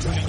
tuning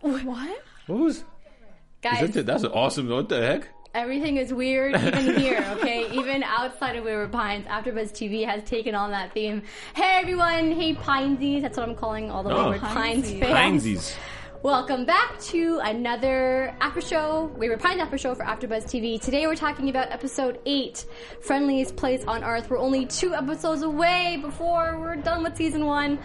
What? What was? Guys, That's, that's awesome. What the heck? everything is weird even here, okay? even outside of Wayward Pines, AfterBuzz TV has taken on that theme. Hey everyone, hey Pinesies, that's what I'm calling all the Oh. Wayward Pines Pinesies. fans. Bangsies. Welcome back to another after show. We were Pine After Show for AfterBuzz TV. Today we're talking about episode eight, Friendliest Place on Earth. We're only two episodes away before we're done with season one.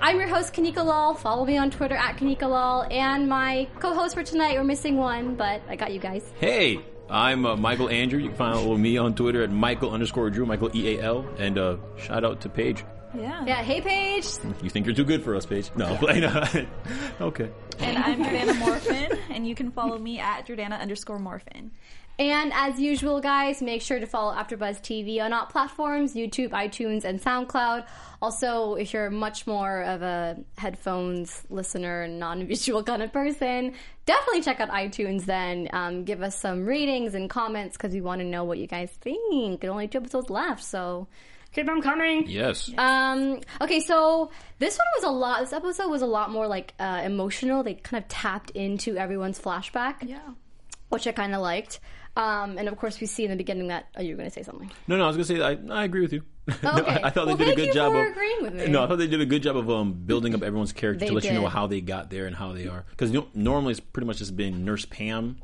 I'm your host Kanika Lal. Follow me on Twitter at Kanika Lal, and my co-host for tonight. We're missing one, but I got you guys. Hey, I'm uh, Michael Andrew. You can follow me on Twitter at Michael underscore Drew, Michael E A L. And uh, shout out to Paige. Yeah. Yeah, hey Paige. You think you're too good for us, Paige? No, I'm playing. okay. And I'm Jordana Morphin, and you can follow me at Jordana underscore Morphin. And as usual, guys, make sure to follow AfterBuzz TV on all platforms: YouTube, iTunes, and SoundCloud. Also, if you're much more of a headphones listener and non-visual kind of person, definitely check out iTunes. Then um, give us some ratings and comments because we want to know what you guys think. And only two episodes left, so keep them coming. Yes. Um, okay, so this one was a lot. This episode was a lot more like uh, emotional. They kind of tapped into everyone's flashback, yeah, which I kind of liked. Um, and of course, we see in the beginning that oh, you're going to say something. No, no, I was gonna say that I, I agree with you. No, Oh, Okay. I, I thought Well, they did thank a good you job for of agreeing with me. No, I thought they did a good job of um, building up everyone's character They to let you know did. how they got there and how they are. Because you know, normally it's pretty much just been Nurse Pam,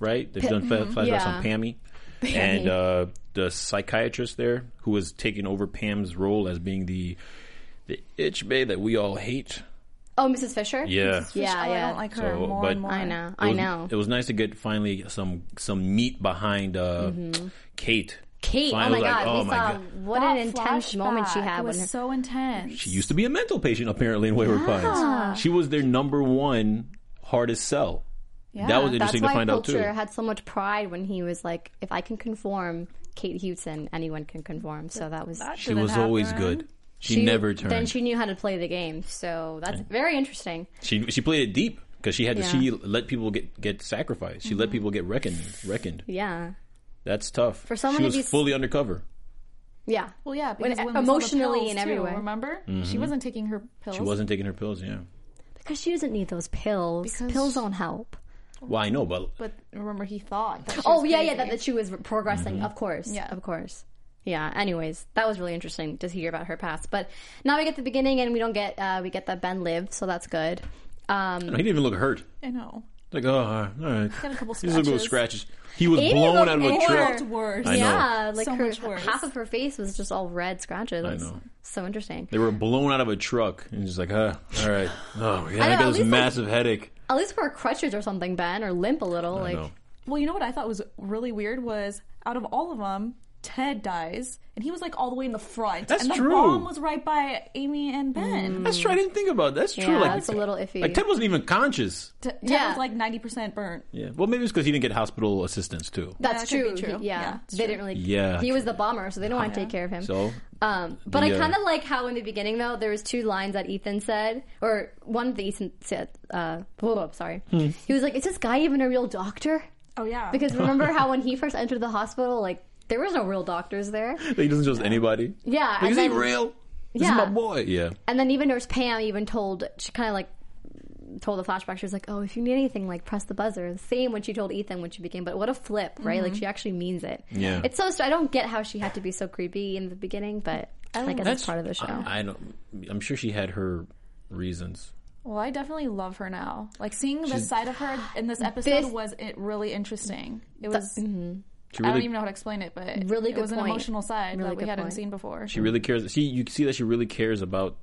right? They've done fa- flashbacks mm-hmm. Yeah. on Pammy, and uh, the psychiatrist there who was taking over Pam's role as being the the itch bay that we all hate. Oh, Mrs. Fisher. Yeah. yeah, Oh, I yeah. don't like her So, more but- and more. I know. It I was- know. It was nice to get finally some some meat behind uh, Kate. Mm-hmm. Kate. Finally, oh my like, god, oh we my saw God. what That an intense flashback, moment she had It was when her, so intense. She used to be a mental patient apparently in Wayward Pines. She was their number one hardest sell. that was That's interesting to why find out too. Pilcher had so much pride when he was like, "If I can conform, Kate Hewson, anyone can conform." So that was That she didn't was always happen. good. She, never turned. Then she knew how to play the game, so that's very interesting. she she played it deep because she had Yeah. Mm-hmm. to, she let people get get sacrificed. She let people get reckoned reckoned. Yeah, That's tough. For someone she to was be s- fully undercover. yeah. Well, yeah, because When- when, we saw the emotionally pills, and too, everywhere. Remember, she wasn't taking her pills. Mm-hmm. She wasn't taking her pills. Yeah. Because she doesn't need those pills. Because- pills don't help. Well, I know, but But remember, he thought. That she Oh was yeah, yeah. crazy. That, that she was progressing. Mm-hmm. Of course. Yeah. Of course. Yeah. Anyways, that was really interesting to hear about her past. But now we get the beginning, and we don't get uh, we get that Ben lived, so that's good. Um, he didn't even look hurt. I know. Like, oh, all right. all right. Got a couple He's a little scratches. scratches. He was Amy blown looked out of a more- truck. worse. I know. yeah, like So her, much worse. half of her face was just all red scratches. I know. So interesting. They were blown out of a truck, and just like, huh, all right. Oh, yeah, know, I, at got this least, like- massive headache. At least wear crutches or something, Ben, or limp a little. I like know. Well, you know what I thought was really weird was out of all of them, Ted dies, and he was like all the way in the front. That's and the true. bomb was right by Amy Mm. and Ben. That's true. I didn't think about that. That's true. Yeah, like, that's a little iffy. Like Ted wasn't even conscious. T- Ted Yeah. was like ninety percent burnt. Yeah. Well, maybe it's because he didn't get hospital assistance too. That's Yeah, that true. could be true. He- yeah, Yeah, that's they true. didn't really. Yeah, he was the bomber, so they don't want to take care of him. So um, but I the, uh, kind of like how in the beginning though there was two lines that Ethan said, or one that Ethan said. Uh, hold up, sorry. Hmm. He was like, "Is this guy even a real doctor?" Oh yeah, Because remember how when he first entered the hospital, like there was no real doctors there. he doesn't trust anybody. Yeah, Like, and is then- he real? This Yeah. is my boy. Yeah. And then even Nurse Pam even told she kind of like told the flashback. She was like, "Oh, if you need anything, like press the buzzer." The same when she told Ethan when she became. But what a flip, right? Like she actually means it. Yeah. it's so. I don't get how she had to be so creepy in the beginning, but I guess it's part of the show. I, I don't. I'm sure she had her reasons. well, I definitely love her now. Like seeing this side of her in this episode This- was it really interesting. It was. She I don't really, even know how to explain it, but Really it good was an point. emotional side Really that we good hadn't point. seen before. she really cares. See, you can see that she really cares about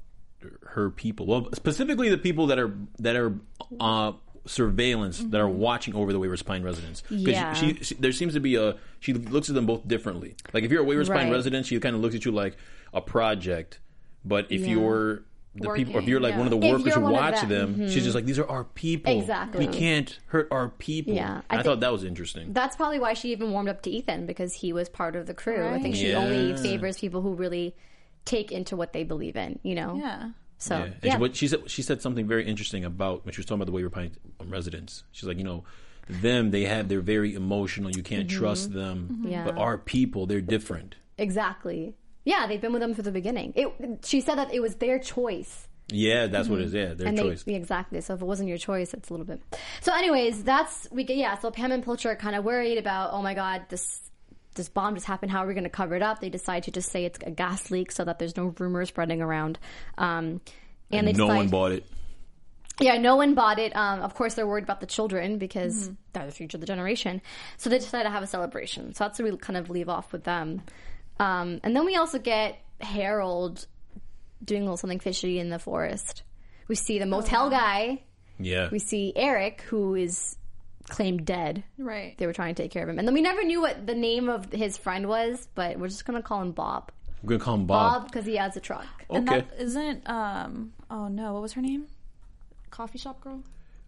her people. Well, specifically the people that are that are uh, surveillance that are watching over the Waver's Pine residents. 'Cause Mm-hmm. Yeah. She, she, there seems to be a she looks at them both differently. Like if you're a Waver's Pine Right. resident, she kind of looks at you like a project. But if Yeah. you're the people, if Working, you're like yeah. one of the If workers you're who one of watch them, them, she's just like these are our people. Exactly. we can't hurt our people. Yeah, And I I, think- thought that was interesting. That's probably why she even warmed up to Ethan because he was part of the crew. I think she Right. only Yeah. favors people who really take into what they believe in, you know? Yeah. So, Yeah. yeah. And She, what she said she said something very interesting about when she was talking about the Waver Pine residents. She's like, you know, them they have they're very emotional. You Mm-hmm. can't trust them. Yeah. But our people, they're different. Exactly. Yeah, they've been with them from the beginning. It, she said that it was their choice. Yeah, that's what it is. Yeah, their Mm-hmm. and choice. They, yeah, exactly. So if it wasn't your choice, it's a little bit. So, anyways, that's we get yeah. So Pam and Pilcher are kind of worried about oh my god this this bomb just happened. How are we going to cover it up? They decide to just say it's a gas leak so that there's no rumor spreading around. Um, and, they no decide, one bought it. Yeah, no one bought it. Um, of course, they're worried about the children because they're the future of the generation. So they decide to have a celebration. So that's where we kind of leave off with them. Um, and then we also get Harold doing a little something fishy in the forest. We see the motel guy. Yeah. We see Eric, who is claimed dead. Right. They were trying to take care of him. And then we never knew what the name of his friend was, but we're just going to call him Bob. We're going to call him Bob, Bob. because he has a truck. And okay. that isn't um oh no, what was her name? Coffee shop girl?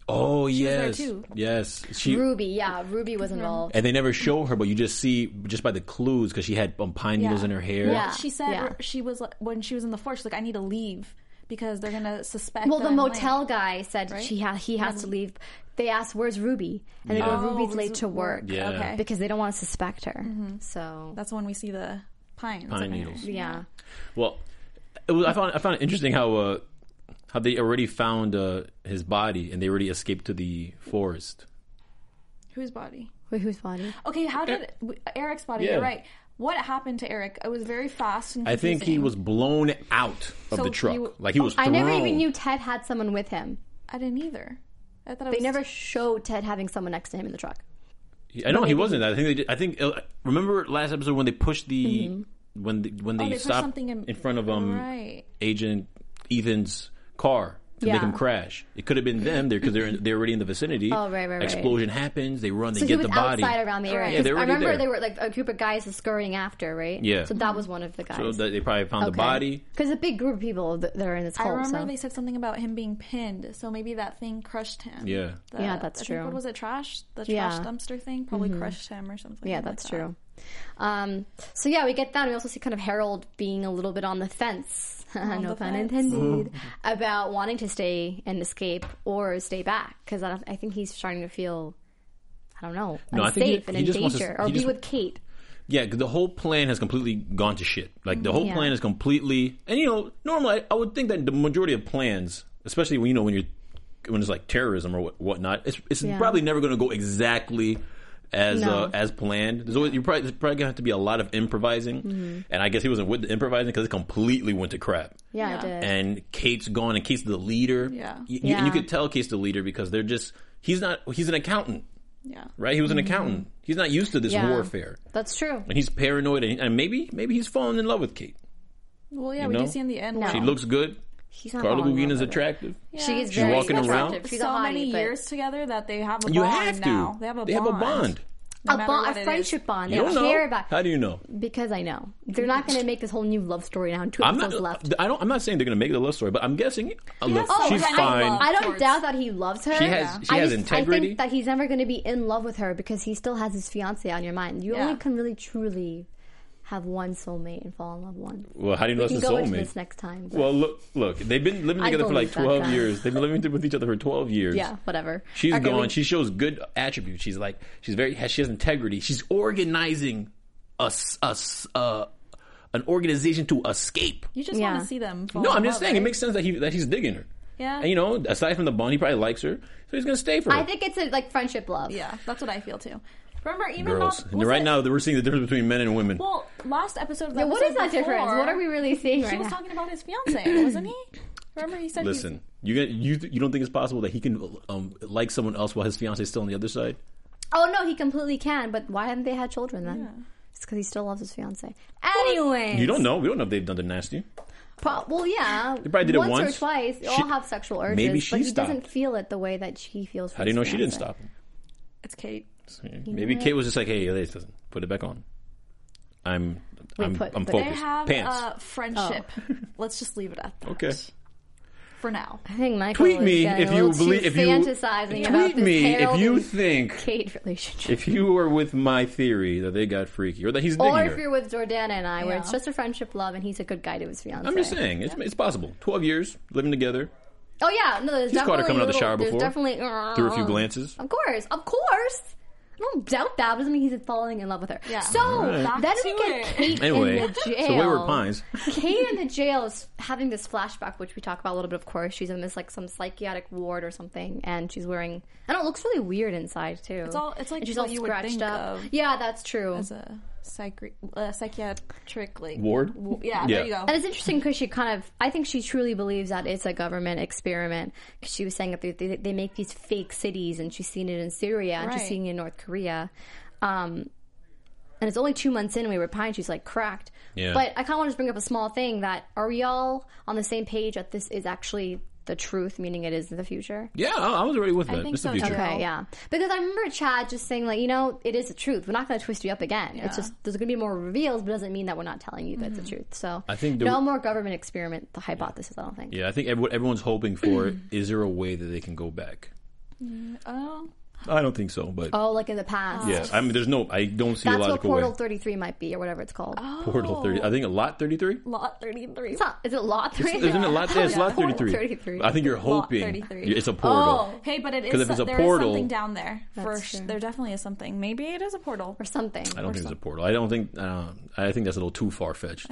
oh, there yes. too. Yes. She Ruby, yeah, Ruby was involved. and they never show her, but you just see just by the clues because she had um, pine needles in her hair. Yeah. She said yeah. she was like, when she was in the forest, she's like, I need to leave because they're gonna suspect. Well, the that I'm motel late." guy said she ha- he has to leave. They asked, "Where's Ruby?" And Yeah. they go, Oh, "Ruby's late was- to work Yeah. Okay. because they don't want to suspect her." So That's when we see the pines. Pine in there. needles. yeah, Well, it was, I found I found it interesting how uh, how they already found uh, his body and they already escaped to the forest. Whose body? Wait, whose body? Okay, how did Eric's body? Yeah. You're right. What happened to Eric? It was very fast and I think he confusing. was blown out of So the truck. he w- like he was. I never thrown. even knew Ted had someone with him. I didn't either. I thought it They was never showed Ted having someone next to him in the truck. I know he wasn't. I think they. Did, I think. Uh, remember last episode when they pushed the Mm-hmm. when the, when Oh, they, they pushed stopped something in- in, front of um right. Agent Ethan's car to make Yeah. him crash. It could have been them there because they're in, they're already in the vicinity. Oh, right, right, right. Explosion happens. They run. They So he get was the body. outside around the area. Right. Yeah, they 'Cause were I already remember there. they were like a group of guys was scurrying after, right? Yeah. So that was one of the guys. So that they probably found the body. Because a big group of people th- that are in this I cult. remember so. they said something about him being pinned, so maybe that thing crushed him. Yeah. The- Yeah, that's I think- true. what was it? Trash? The trash Yeah. Mm-hmm. dumpster thing probably crushed him or something. Yeah, like that's that. true. Um, so yeah, we get that. We also see kind of Harold being a little bit on the fence, no the pun fence. intended, about wanting to stay and escape or stay back because I, don't- I think he's starting to feel, I don't know, No, I unsafe think he- and he in just wants to- danger, or he be just- with Kate. Yeah, 'cause the whole plan has completely gone to shit. Like the whole Yeah. plan is completely. And you know, normally I, I would think that the majority of plans, especially when you know when you're when it's like terrorism or what, whatnot, it's, it's Yeah. probably never going to go exactly as No. uh, as planned. There's always, you're probably there's probably going to have to be a lot of improvising. Mm-hmm. And I guess he wasn't with the improvising because it completely went to crap. Yeah, Yeah. I did. And Kate's gone, and Kate's the leader. Yeah. you, you- and you Yeah. could tell Kate's the leader because they're just he's not he's an accountant, Yeah. right? He was an accountant. He's not used to this Mm-hmm. Yeah. warfare That's true. and he's paranoid, and, and maybe maybe he's falling in love with Kate. Well, yeah, You we know? do see in the end. No. like, She looks good. He's not Carla falling in Gugino love with is her. attractive. She is She's very walking around. attractive. She's a so hottie, many but- years together that they have a You bond have to. now. They have a they bond. Have a, bond. No a, matter bond, what it a is. friendship bond. They You don't don't care know. about How do you know? because I know they're not going to make this whole new love story now. in Two I'm episodes not. left. Oh, I don't. I'm not saying they're going to make it a love story, but I'm guessing. uh, look, has she's some kind fine. of love. I don't towards- doubt that he loves her. She has- she I has I integrity. think that he's never going to be in love with her because he still has his fiance on your mind. You Yeah. only can really truly have one soulmate and fall in love once. well, how do you know we that's can a go into soulmate? this next time. but- Well, look, look. They've been living I together for like believe that 12 guy. years. They've been living with each other for 12 years. yeah, whatever. She's Okay, gone. we- She shows good attributes. She's like she's very has, she has integrity. She's organizing us us uh an organization to escape. You just Yeah. want to see them. fall No, in I'm just love, saying it right? makes sense that he that he's digging her. Yeah. And you know, aside from the bond, he probably likes her, so he's gonna stay for her. I think it's a, like friendship love. Yeah, that's what I feel too. Remember, even Girls, not- And was right it- now we're seeing the difference between men and women. Well, last episode. Of the Yeah, what is episode that difference? before, What are we really seeing He right was now? talking about his fiance, wasn't he? Remember, he said. Listen, you get you you don't think it's possible that he can um, like someone else while his fiance's still on the other side? Oh no, he completely can. But why haven't they had children then? It's because he still loves his fiance. Anyway, You don't know. We don't know if they've done the nasty. Pro- well, yeah. They probably did it once once. or twice. They She- all have sexual urges, maybe she but he doesn't stopped. feel it the way that she feels. For How do you know his she didn't fiancé. stop him? It's Kate. Maybe Kate was just like, "Hey, this doesn't put it back on." I'm, I'm, put- I'm but they They focused. have Pants. uh, friendship. Oh. Let's just leave it at that. okay. For now. I think Michael Tweet is me getting if a you little believe. too If you fantasizing about tweet this me Harold if you and think Kate relationship, if you were with my theory that they got freaky or that he's digging or if her. you're with Jordana and I, where it's Yeah. just a friendship, love, and he's a good guy to his fiance. I'm just saying, it's, it's possible. Twelve years living together, Oh yeah, no, there's He's caught her definitely coming out of the little- shower there's before. Definitely uh, threw a few glances. Of course, of course. I don't doubt that. But doesn't mean he's falling in love with her. Yeah. So Back then we to get it. Kate Anyway, in the so jail. Wayward Pines. Kate in the jail is having this flashback, which we talk about a little bit. Of course, she's in this like some psychiatric ward or something, and she's wearing. I don't. know, It looks really weird inside too. It's all- it's like and she's what all you would scratched think up. of yeah, that's true. It's a psychri- uh, psychiatric like Ward? w- Yeah, Yeah. there you go. And it's interesting because she kind of, I think she truly believes that it's a government experiment. 'Cause she was saying that they, they, they make these fake cities, and she's seen it in Syria, and she's Right. seen it in North Korea. Um, and it's only two months in, and we were pine. She's like cracked. Yeah. But I kind of want to bring up a small thing that are we all on the same page that this is actually the truth, meaning it is the future? yeah, I, I was already with that. think This is so, the future. too. Okay, yeah. Because I remember Chad just saying, like, you know, it is the truth. We're not going to twist you up again. It's just there's going to be more reveals, but it doesn't mean that we're not telling you that's the truth. So I think the- no more government experiment the hypothesis. I don't think. Yeah, I think ev- what everyone's hoping for is there a way that they can go back? Oh, I don't think so, but Oh, like in the past. yeah, I mean, there's no, I don't see a That's what logical Portal Oh. way. 33 might be, or whatever it's called. Portal thirty, I think a lot thirty three. lot thirty three. It's not, is it Lot 33? Isn't it lot? Yeah, it's lot Portal thirty three. 33. I think you're Lot hoping 33. it's a Oh, portal. Hey, but it 'Cause is if it's a there is portal- something down there. For That's sh- true. there definitely is something. Maybe it is a portal. or something. I don't think it's a portal. I don't think. Uh, I think that's a little too far fetched.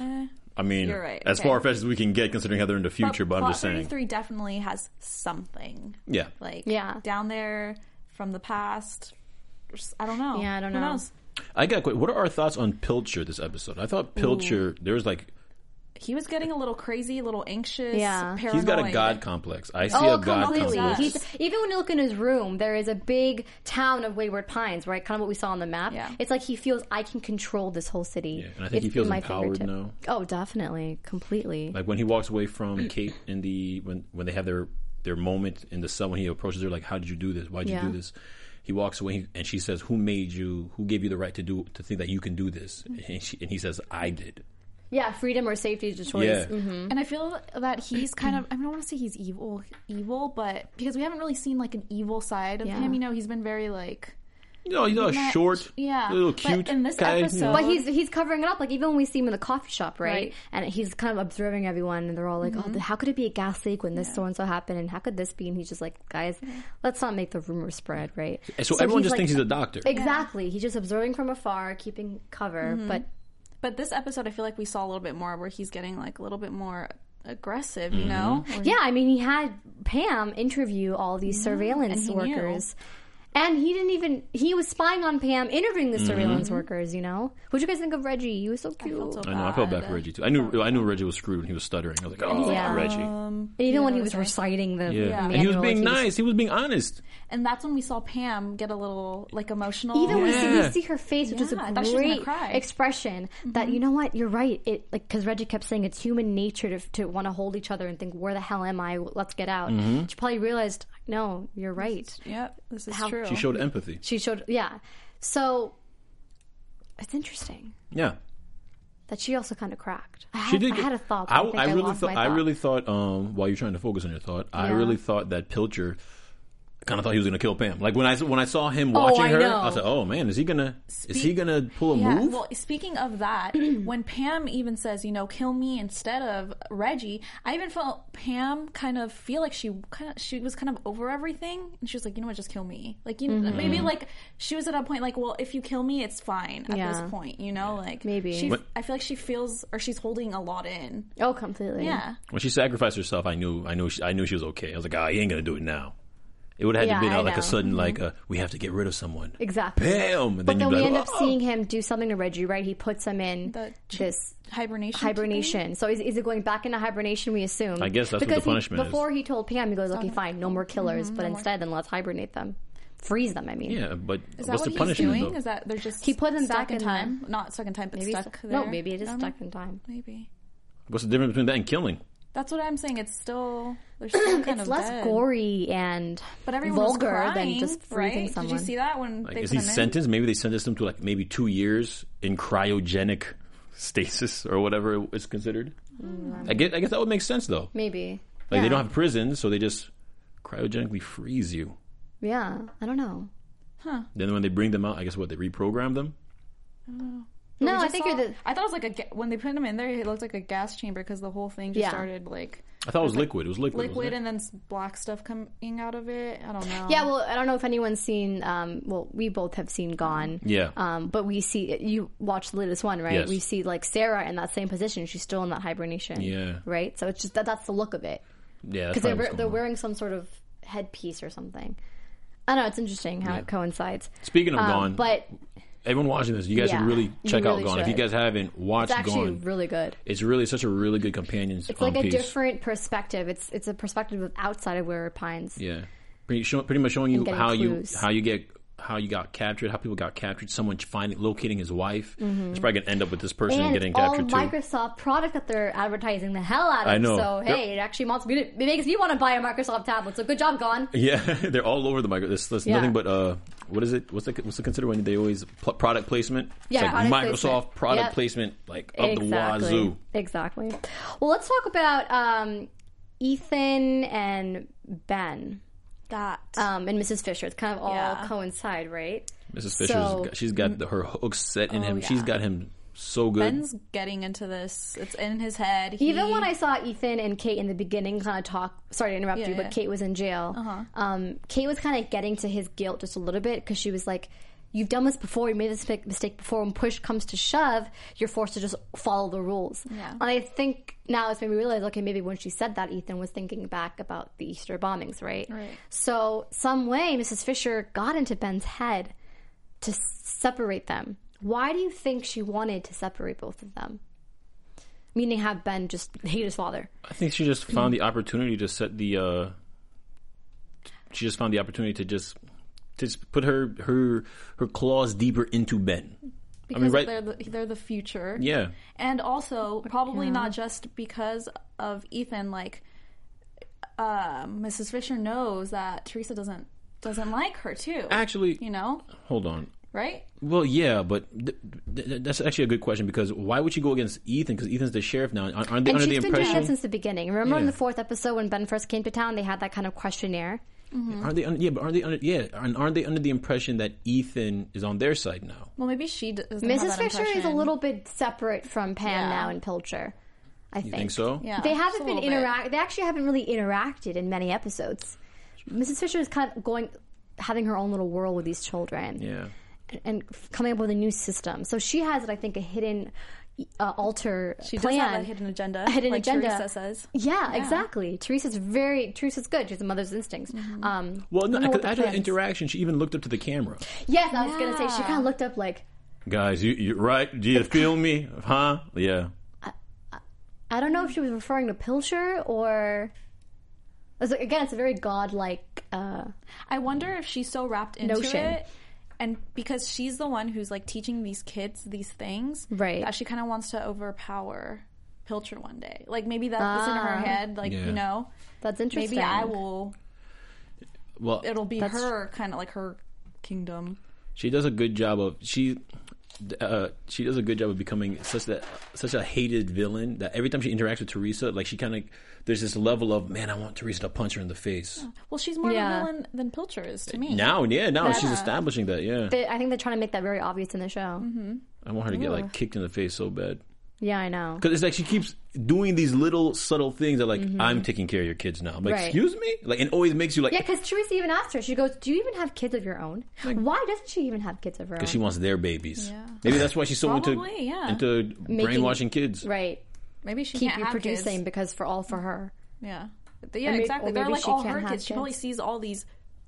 I mean, Eh, you're right, as okay. far fetched as we can get, considering how they're in the future. But, I'm Lot just saying, 33 definitely has something. yeah, Like Yeah. down there from the past. I don't know. Yeah, I don't Who know. knows? I got. What are our thoughts on Pilcher this episode? I thought Pilcher. There's like He was getting a little crazy, a little anxious. Yeah. paranoid. he's got a god complex. I see Oh, a god completely. complex. He's, even when you look in his room, there is a big town of Wayward Pines, right? Kind of what we saw on the map. Yeah. It's like he feels I can control this whole city. Yeah, and I think he It's feels in my empowered fingertip." now. Oh, definitely, completely. Like when he walks away from Kate in the when when they have their their moment in the sun when he approaches her like how did you do this why did Yeah. you do this he walks away and she says who made you who gave you the right to do to think that you can do this Mm-hmm. and, she, and he says I did yeah, freedom or safety is a choice. Mm. yeah Mm-hmm. And I feel that he's kind Hmm. of I don't want to say he's evil evil, but because we haven't really seen like an evil side of Yeah. him, you know, he's been very like you know you know Not- short yeah. little But cute in this guy, you know. episode- But he's he's covering it up. Like even when we see him in the coffee shop, right? Right. Mm-hmm. And he's kind of observing everyone, and they're all like, "Oh, how could it be a gas leak when this so and so happened? And how could this be?" And he's just like, "Guys, let's not make the rumor spread, right?" And so, everyone he's just like- thinks he's a doctor Exactly. He's just observing from afar, keeping cover, Mm-hmm. but but this episode I feel like we saw a little bit more where he's getting like a little bit more aggressive, you know? Where- Yeah, I mean, he had Pam interview all these surveillance and he knew. workers. And he didn't even, he was spying on Pam, interviewing Mm-hmm. the surveillance workers, you know? What'd you guys think of Reggie? He was so cute. felt so I know I felt bad for Reggie too I knew I knew Reggie was screwed when he was stuttering I was like oh Yeah. Um, Reggie And even when he was reciting the. yeah, manual, and he was being like, nice he was being honest And that's when we saw Pam get a little like emotional. Even when we see, we Yeah. see her face, which is Yeah, a I thought she was gonna great cry. Mm-hmm. expression. That you know what, you're right. It like because Reggie kept saying it's human nature to to want to hold each other and think, "Where the hell am I? Let's get out." Mm-hmm. She probably realized, no, you're right. Yep, this is How- true. she showed empathy She showed, yeah. So it's interesting. yeah that she also kind of cracked. I had, She did. I get- had a thought. But I, I, think I really lost thought. My thought. I really thought. Um, while you're trying to focus on your thought, I Yeah. really thought that Pilcher kind of thought he was going to kill Pam. Like when I when I saw him watching I her, know. I was like, "Oh man, is he gonna is he Speak- gonna pull a Yeah. move?" Well, speaking of that, when Pam even says, you know, kill me instead of Reggie, I even felt Pam kind of feel like she kind of she was kind of over everything, and she was like, you know what, just kill me. Like you Mm-hmm. maybe like she was at a point like, well, if you kill me, it's fine at Yeah. this point, you know, like Maybe. she, What- I feel like she feels or she's holding a lot in. oh, completely. Yeah, When she sacrificed herself, I knew I knew she, I knew she was okay. I was like, "Ah, he ain't gonna do it now." It would have Yeah, had to be I uh, like know. Mm-hmm. a sudden like uh, we have to get rid of someone. Exactly. Bam! And But then then you'd we be like, end up "Oh." seeing him do something to Reggie, right? He puts him in The ch- this hibernation. Mm-hmm. hibernation. So is, is it going back into hibernation? We assume. I guess that's what the because he- punishment is. Before he told Pam, he goes, "Okay, fine, no Mm-hmm, more killers, but instead, then let's hibernate them, freeze them." I mean, Yeah, but Is that what's what the he's punishment doing? though? Is that they're just He put him stuck back in in time? Not stuck in time, but maybe stuck so- there. no, maybe it is I don't stuck know. in time. Maybe. What's the difference between that and killing? That's what I'm saying. It's still there's still kind It's of less dead. gory and but everyone was vulgar crying, than just freezing right? someone. Did you see that when Like, they is put he him in? sentenced? Maybe they sentenced him to like maybe two years in cryogenic stasis or whatever it is considered. Mm. I guess I guess that would make sense though. Maybe. Like they don't have prisons, so they just cryogenically freeze you. Yeah, I don't know. Then when they bring them out, I guess what they reprogram them. no, I just think saw- you're the. I thought it was like a ga- when they put him in there, it looked like a gas chamber because the whole thing just Yeah. started like I thought it was liquid. It was liquid. wasn't liquid it? and then s- black stuff coming out of it. I don't know. Yeah, well, I don't know if anyone's seen. Um, well, we both have seen Gone. yeah. Um, but we see you watch the latest one, right? Yes. We see like Sarah in that same position. She's still in that hibernation. Yeah. Right. So it's just that that's the look of it yeah. That's because they're probably what's they're going on. wearing some sort of headpiece or something. I don't know. It's interesting how it coincides. Speaking of Um, Gone, but everyone watching this, you guys Yeah, should really you check really out Gone. If you should. guys haven't watched it's actually Gone, really good. it's really such a really good companion. It's like a different perspective. It's it's a perspective of outside of where it pines. Yeah, pretty, show, pretty much showing you getting how clues. you how you get how you got captured, how people got captured. Someone finding locating his wife. It's probably gonna end up with this person Mm-hmm. And getting it's all captured too. Microsoft product that they're advertising the hell out of. I know. So Yep. hey, it actually wants me to, it makes me want to buy a Microsoft tablet. So good job, Gone. Yeah, they're all over the micro. There's, there's Yeah. nothing but uh, what is it? What's the what's the considered when they always pl- product placement? Yeah, it's like product Microsoft placement. product Yep. placement, like up the wazoo. Exactly. Well, let's talk about um, Ethan and Ben that um, and Mrs. Fisher. It's kind of all Yeah. coincide, right? Mrs. Fisher's So- Oh, got, she's got the, her hooks set in him. She's got him so good. Ben's getting into this. It's in his head. He, Even when I saw Ethan and Kate in the beginning kind of talk, sorry to interrupt Yeah, you, but yeah. Uh-huh. Kate was in jail. Um, Kate was kind of getting to his guilt just a little bit because she was like, You've done this before, you made this mi- mistake before. When push comes to shove, you're forced to just follow the rules. Yeah. And I think now it's made me realize okay, maybe when she said that, Ethan was thinking back about the Easter bombings, right? Right. So, some way, Mrs. Fisher got into Ben's head to s- separate them. Why do you think she wanted to separate both of them? Meaning, have Ben just hate his father. I think she just found the opportunity to set the. Uh, she just found the opportunity to just to just put her her her claws deeper into Ben. because mean, right- they're the, they're the future. Yeah, and also probably not just because of Ethan. Like uh, Mrs. Fisher knows that Teresa doesn't doesn't like her too. actually, you know, hold on. right? Well, yeah, but th- th- that's actually a good question because why would she go against Ethan? Because Ethan's the sheriff now. Aren't aren't they And under she's the been doing that impression? since the beginning. Remember in Yeah. the fourth episode when Ben first came to town, they had that kind of questionnaire. Aren't they? un- yeah, but aren't they? Under, yeah, and aren't they under the impression that Ethan is on their side now? Well, maybe she d- doesn't have Mrs. that Fisher is a impression. little bit separate from Pam Yeah. now in Pilcher. I You think. think so? Yeah, They just a haven't been little bit. interact. They actually haven't really interacted in many episodes. Mrs. Fisher is kind of going, having her own little world with these children. Yeah. and coming up with a new system. So she has, I think, a hidden uh, alter She plan. does have a hidden agenda. A hidden like agenda. Teresa says. Yeah, exactly. Teresa's very Teresa's good. She has a mother's instincts. Mm-hmm. Um, Well, no, I don't know what the after after that plans- interaction, she even looked up to the camera. Yes, I was gonna say she kind of looked up like Guys, you, you right? Do you feel me? Huh? Yeah. I don't know if she was referring to Pilcher or. It's like- again, it's a very godlike. Uh, I wonder if she's so wrapped into Notion. it. And because she's the one who's like teaching these kids these things, Right. That she kind of wants to overpower Pilcher one day. Like maybe that's in her head. Like Yeah. you know, that's Ah. interesting. maybe I will. Well, It'll be her kind of like her kingdom. she does a good job of she uh, she does a good job of becoming such that such a hated villain that every time she interacts with Teresa, like she kind of there's this level of man, I want Teresa to punch her in the face. Well, she's more Yeah. of a villain than Pilcher is to me. Now, yeah, now she's establishing that. Yeah, They- I think they're trying to make that very obvious in the show. Mm-hmm. I want her to get like kicked in the face so bad Yeah, I know. because it's like she keeps doing these little subtle things that like I'm taking care of your kids now. I'm like, Right. excuse me, like and always makes you like Yeah, because Teresa even asked her. She goes, "Do you even have kids of your own? Why doesn't she even have kids of her own?" she wants their babies. Maybe that's why she's so into Probably, yeah. into brainwashing kids. right. Maybe she Keep can't have kids. reproducing because for all for her. Yeah, But yeah, may- exactly. or They're maybe like she all can't her have kids. She probably kids. Uh-huh. sees all these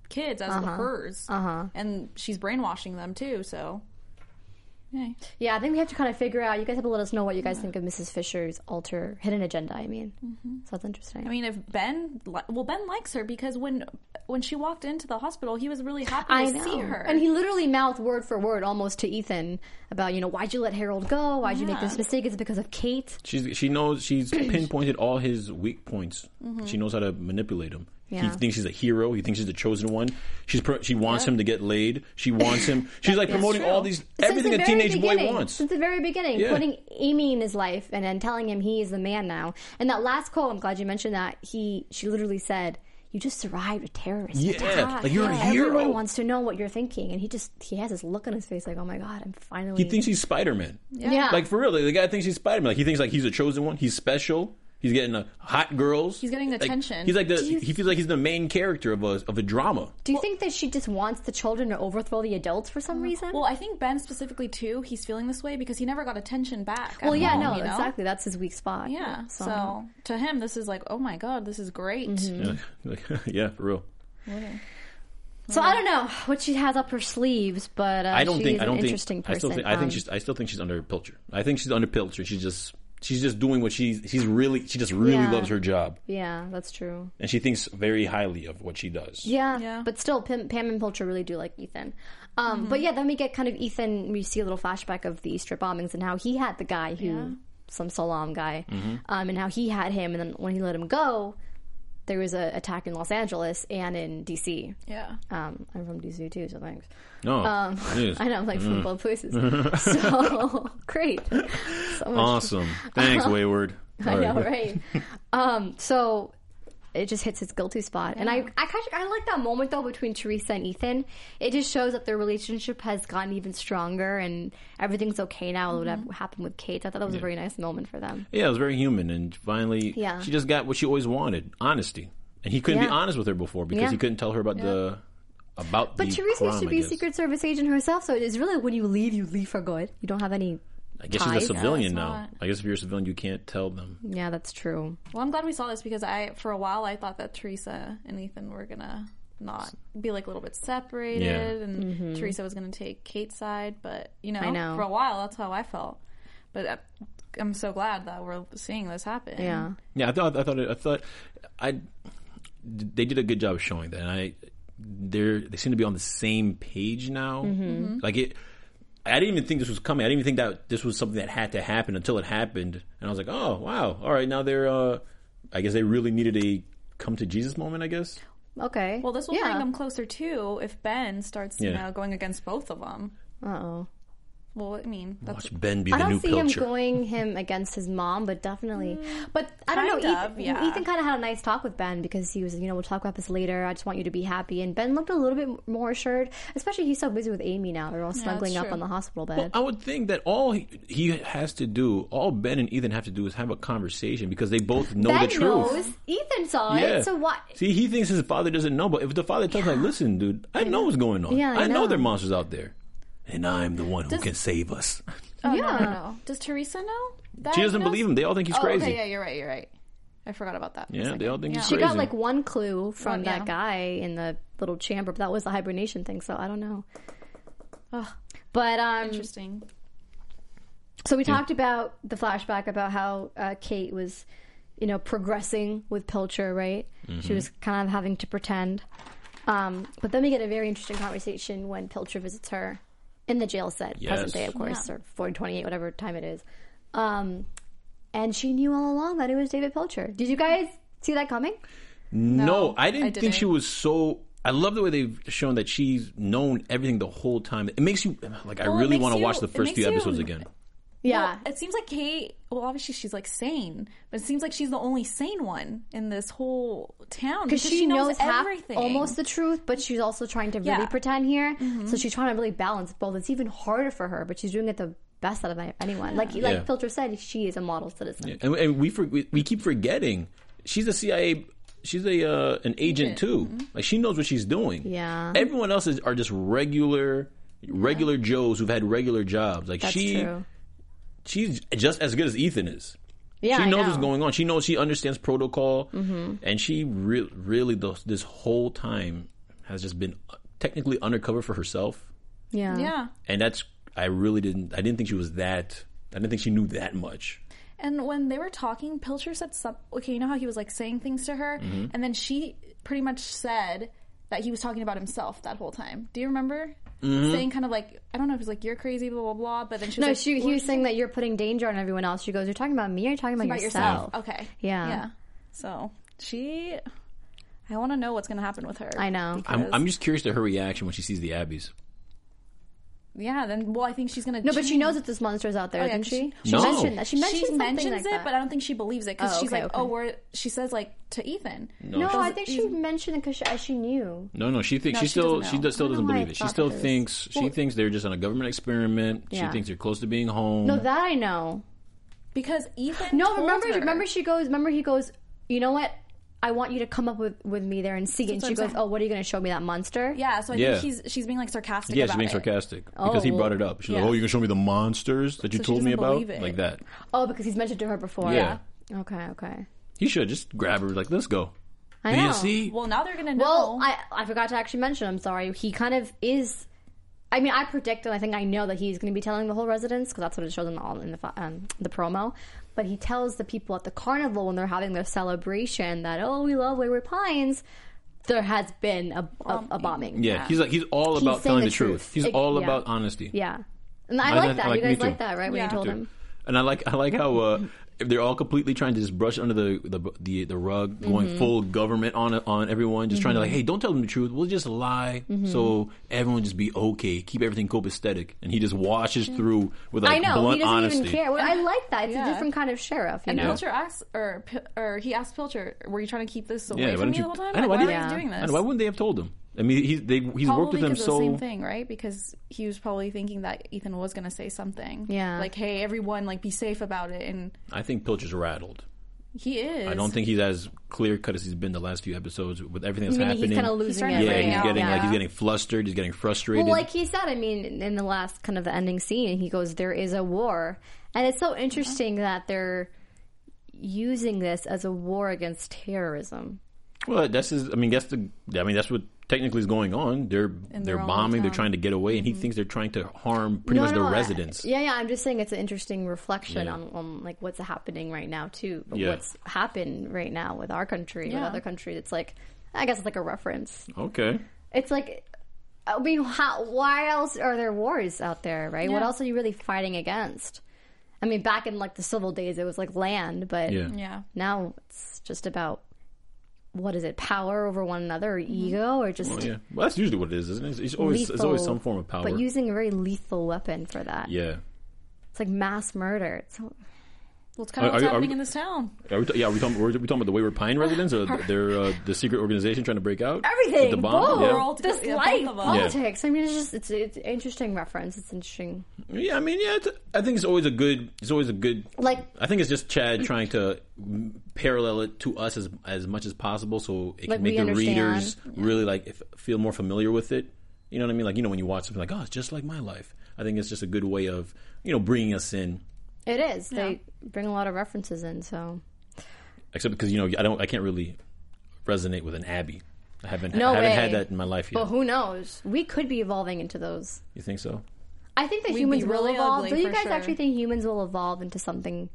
kids as hers, and she's brainwashing them too. So Yay. Yeah, I think we have to kind of figure out. You guys have to let us know what you guys think of Mrs. Fisher's alter hidden agenda. I mean, so that's interesting. Mm-hmm. I mean, if Ben, li- well, Ben likes her because when when she walked into the hospital, he was really happy to see her. and he literally mouthed word for word almost to Ethan about you know why'd you let Harold go? Why'd you make this mistake? Is it because of Kate? She's she knows she's pinpointed all his weak points. She knows how to manipulate him. He Mm-hmm. Yeah. thinks he's a hero. He thinks he's the chosen one. She's pro- she wants him to get laid. She wants him. She's like promoting all these everything Since a the very teenage boy beginning- wants. Since the very beginning, Yeah. putting Amy in his life and then telling him he is the man now. And that last quote, I'm glad you mentioned that. He, she literally said, "You just survived a terrorist Yeah, attack. like, you're a hero." Everyone wants to know what you're thinking." And he just he has this look on his face, like, "Oh my god, I'm finally." He thinks he's Spider Man. Yeah. Like for real, like, the guy thinks he's Spider Man. Like he thinks like he's a chosen one. He's special. He's getting uh, hot girls. He's getting attention. he's like the Do you- he feels like he's the main character of a of a drama. Do you think that she just wants the children to overthrow the adults for some reason? Mm, well, I think Ben specifically too. He's feeling this way because he never got attention back. Well, at yeah, home, no, you know? exactly. That's his weak spot. Yeah. So, to him, this is like, oh my god, this is great. Mm-hmm. Yeah, like, yeah, for real. So I don't know what she has up her sleeves, but uh, I don't she think is I don't an think interesting I person. still think I Um, think she's I still think she's under Pilcher. I think she's under Pilcher. She's just she's just doing what she's she's really she just really Yeah. loves her job yeah, that's true. and she thinks very highly of what she does. Yeah, Yeah. but still, Pam, Pam and Pilcher really do like Ethan. Um, But Mm-hmm. yeah, then we get kind of Ethan. We see a little flashback of the Easter bombings and how he had the guy who some Salam guy, Mm-hmm. um, and how he had him, and then when he let him go, there was a attack in Los Angeles and in DC. Yeah. Um, I'm from DC too, so thanks. No, Um, yes. I know, like Mm. from both places. so great, so much awesome. Thanks, Wayward. I All know, right? um, so it just hits its guilty spot, and I, I, kind of- I like that moment though between Teresa and Ethan. It just shows that their relationship has gotten even stronger, and everything's okay now. What happened with Kate? I thought that was a very nice moment for them. Yeah, it was very human, and finally, Yeah. she just got what she always wanted: honesty. And he couldn't be Yeah. honest with her before because Yeah. he couldn't tell her about the about But the Teresa crime, used to I be a guess. Secret Service agent herself, so it is really when you leave, you leave for good. You don't have any. I guess she's ties. a civilian Yeah, now. that's I guess if you're a civilian, you can't tell them. Yeah, that's true. Well, I'm glad we saw this because I, for a while, I thought that Teresa and Ethan were gonna not be like a little bit separated, Yeah. and Teresa was gonna take Kate's side. But you know, Mm-hmm. know. for a while, that's how I felt. But uh, I'm so glad that we're seeing this happen. Yeah, Yeah, I thought I thought I thought I they did a good job of showing that. And I they're they seem to be on the same page now. Mm-hmm. Like it. I didn't even think this was coming. I didn't even think that this was something that had to happen until it happened, and I was like, "Oh wow! All right, now they're." Uh, I guess they really needed a come to Jesus moment. I guess. okay. Well, this will yeah. bring them closer too if Ben starts, you Yeah. know, going against both of them. Uh oh. Well, I mean, that's Watch Ben be I the new don't see him Pilcher. going him against his mom, but definitely. But I don't know. Kind of, Ethan, yeah. Ethan kind of had a nice talk with Ben because he was, you know, we'll talk about this later. I just want you to be happy. And Ben looked a little bit more assured, especially he's so busy with Amy now. They're all snuggling up true. on the hospital bed. Well, I would think that all he, he has to do, all Ben and Ethan have to do, is have a conversation because they both know ben the truth. knows. Ethan saw Yeah. it. So what? See, he thinks his father doesn't know, but if the father tells him, like, listen, dude, I know what's going on. Yeah, I I, know. know. there are monsters out there. And I'm the one who can save us. oh, no, no, Yeah. no. Does Teresa know? That She doesn't he knows? believe him. They all think he's Oh, crazy. okay, yeah, you're right. You're right. I forgot about that. for a Yeah, second. they all think he's She crazy. got like one clue from One, that yeah. guy in the little chamber, but that was the hibernation thing. So I don't know. Ugh. But um, Interesting. So we talked about the flashback about how uh, Kate was, you know, progressing with Pilcher, right? She was kind of having to pretend. Um, but then we get a very interesting conversation when Pilcher visits her in the jail set, Yes. present day, of course, or 428, whatever time it is. Um, and she knew all along that it was David Pilcher. Did you guys see that coming? no, I didn't I think she didn't. was so. I love the way they've shown that she's known everything the whole time. It makes you like I Well, it really makes want to you- watch the it first makes few you- episodes again. Yeah. Well, it seems like Kate. Well, obviously she's like sane, but it seems like she's the only sane one in this whole town because she, knows, half, everything. almost the truth, but she's also trying to really Yeah. Mm-hmm. pretend here. So she's trying to really balance both. It's even harder for her, but she's doing it the best out of anyone. Like like Yeah. Filter said, she is a model citizen. and, and we, for, we we keep forgetting she's a CIA. She's a uh, an agent too. Like she knows what she's doing. Mm-hmm. Yeah. Everyone else is, are just regular regular Joes who've had regular jobs. Like That's she true. she's just as good as Ethan is. Yeah, I she knows know. Mm-hmm. what's going on. She knows she understands protocol, and she re- really th- this whole time has just been technically undercover for herself, Yeah, yeah. and that's I really didn't. I didn't think she was that. I didn't think she knew that much. And when they were talking, Pilcher said something. Okay, you know how he was like saying things to her, Mm-hmm. and then she pretty much said that he was talking about himself that whole time. Do you remember Mm-hmm. saying kind of like I don't know if it was like you're crazy, blah blah blah. But then she No, was like, she, he "What was did saying that you're putting danger on everyone else. She goes, "You're talking about me. Or you're talking about, about yourself." yourself. Okay. Yeah. Yeah. So she, I want to know what's going to happen with her. I know. I'm, I'm just curious to her reaction when she sees the Abbeys. Yeah. Then, well, I think she's going to. No, but she knows that this monster's out there, Oh, yeah, didn't she? she- She No. mentioned that. She mentioned She something mentions like it, that. but I don't think she believes it because Oh, she's okay, like, okay. "Oh, we're." She says like to Ethan. no, Does I it think she even- mentioned it because she, she knew. No, no, she thinks No, she she still doesn't she know. does, still I don't doesn't know why believe I it. She thought still that was- thinks she thinks they're just on a government experiment. Yeah. She thinks they're close to being home. No, that I know. because Ethan. No, told remember, her. remember, she goes. Remember, he goes. You know what? I want you to come up with with me there and see it. And That's what she I'm goes, saying. "Oh, what are you going to show me that monster?" Yeah, so I Yeah. think she's she's being like sarcastic. yeah, about she's being it. sarcastic because he well, brought it up. She's yeah. like, "Oh, you can show me the monsters that you So she told me doesn't about," believe it. like that. Oh, because he's mentioned to her before. Yeah. Okay. Okay. He should just grab her like, "Let's go." I Do you know. see? Well, now they're gonna know. Well, I I forgot to actually mention. I'm sorry. He kind of is. I mean, I predict and I think I know that he's going to be telling the whole residence because that's what it shows in the all in the fi- um, the promo. But he tells the people at the carnival when they're having their celebration that oh, we love Wayward Pines. There has been a, Um, a, a bombing. yeah, he's like he's all about saying telling the the, truth. truth. He's It- all yeah. about honesty. Yeah. And I, I like like- that. I like- you me guys too. like that, right? When Yeah. you told too. him. And I like I like how uh, they're all completely trying to just brush under the the, the, the rug, Mm-hmm. going full government on on everyone, just trying to like, hey, don't tell them the truth. We'll just lie, Mm-hmm. so everyone just be okay, keep everything copacetic. And he just washes through with like I know. blunt He doesn't honesty. even care. Well, I like that. It's Yeah. a different kind of sheriff. You and know? Pilcher asks, or P- or he asked Pilcher, "Were you trying to keep this away Yeah, why from don't me you- the whole time? I know, Like, why why, didn't- are you doing this?" And why wouldn't they have told him? I mean, he's they, he's Probably worked with them because of so. the same thing, right? Because he was probably thinking that Ethan was gonna say something. Yeah. like, "Hey, everyone, like, be safe about it." And I think Pilcher's rattled. he is. I don't think he's as clear cut as he's been the last few episodes with everything that's I mean, happening. he's kind of He's losing trying it. to yeah, right he's now, getting like yeah. he's getting flustered. He's getting frustrated. Well, like he said, I mean, in in the last kind of the ending scene, he goes, "There is a war," and it's so interesting that they're using this as a war against terrorism. Well, that's his. I mean, that's the. I mean, that's what technically is going on. They're they're, they're all bombing. They're down. trying to get away, and he thinks they're trying to harm pretty much the Mm-hmm. I- residents. yeah, yeah. I'm just saying it's an interesting reflection Yeah. on, on like what's happening right now too. But Yeah. What's happened right now with our country, with Yeah. other countries? It's like I guess it's like a reference. Okay. It's like. I mean, how, why else are there wars out there, right? What Yeah. else are you really fighting against? I mean, back in like the civil days, it was like land, but Yeah. Yeah, now it's just about what is it power over one another or ego or just Yeah. Well, that's usually what it is, isn't it? It's, it's always it's always lethal- some form of power. but using a very lethal weapon for that yeah. it's like mass murder it's so, well, it's kind Are- of what's are- are- happening in this town. Are we ta- yeah. Are we talking? Are we talking about the Wayward Pine residents or th- their uh, the secret organization trying to break out? everything With The bomb. both. Yeah. World, Oh, this yeah, both life of them. politics i mean it's just it's it's an interesting reference it's interesting Yeah, I mean, yeah, it's, I think it's always a good. It's always a good. Like- I think it's just Chad trying to m- parallel it to us as as much as possible, so it Like, can make we the understand. readers really like if, feel more familiar with it. You know what I mean? Like you know when you watch something like, oh, it's just like my life. I think it's just a good way of you know bringing us in. it is they bring a lot of references in so Except because you know I don't, I can't really resonate with an Abby. I haven't, No I haven't had way. that in my life yet. but who knows we could be evolving into those you think so? i think that We'd humans be will really evolve ugly do you for guys sure. actually think humans will evolve into something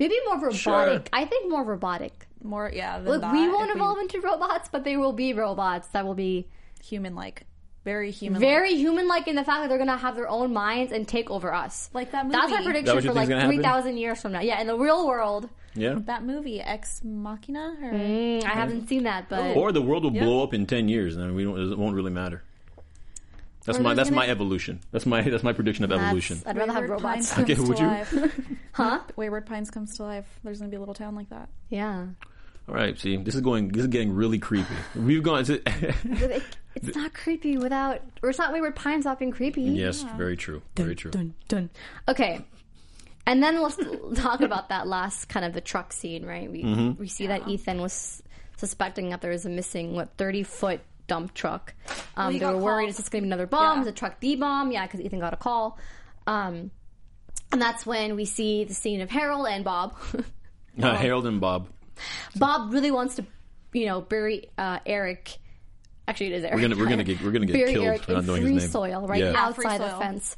maybe more robotic i think more robotic More, yeah. Than Look, that, we if won't evolve into robots, but they will be robots that will be human-like, very human. very human-like in the fact that they're going to have their own minds and take over us. Like that That's my movie. prediction That what you for think's like gonna happen? three thousand years from now. Yeah, in the real world, Yeah. that movie Ex Machina. Or, Mm, I haven't seen that, but Or the world will blow up in ten years, and then we don't. It won't really matter. That's my there's that's gonna- my evolution. That's my that's my prediction of that's- evolution. I'd rather have Wayward robots. Pines comes Okay, would to you? life. Huh? Wayward Pines comes to life. There's gonna be a little town like that. Yeah, All right, see, this is going. This is getting really creepy. We've gone. To, But it, it's not creepy without, or it's not Wayward Pines not being creepy. yes, very true. Very true. Okay. And then let's talk about that last kind of the truck scene, right? We we see that Ethan was suspecting that there was a missing what thirty foot dump truck. Um, he they were got worried called. it's just going to be another bomb. Yeah. Is the truck the bomb? Yeah, because Ethan got a call. Um, and that's when we see the scene of Harold and Bob. Uh, Harold and Bob. Bob really wants to, you know, bury uh, Eric. Actually, it is Eric. We're gonna we're gonna get we're gonna get bury killed Eric for not in knowing free his name. soil, right Yeah. free outside the soil. fence.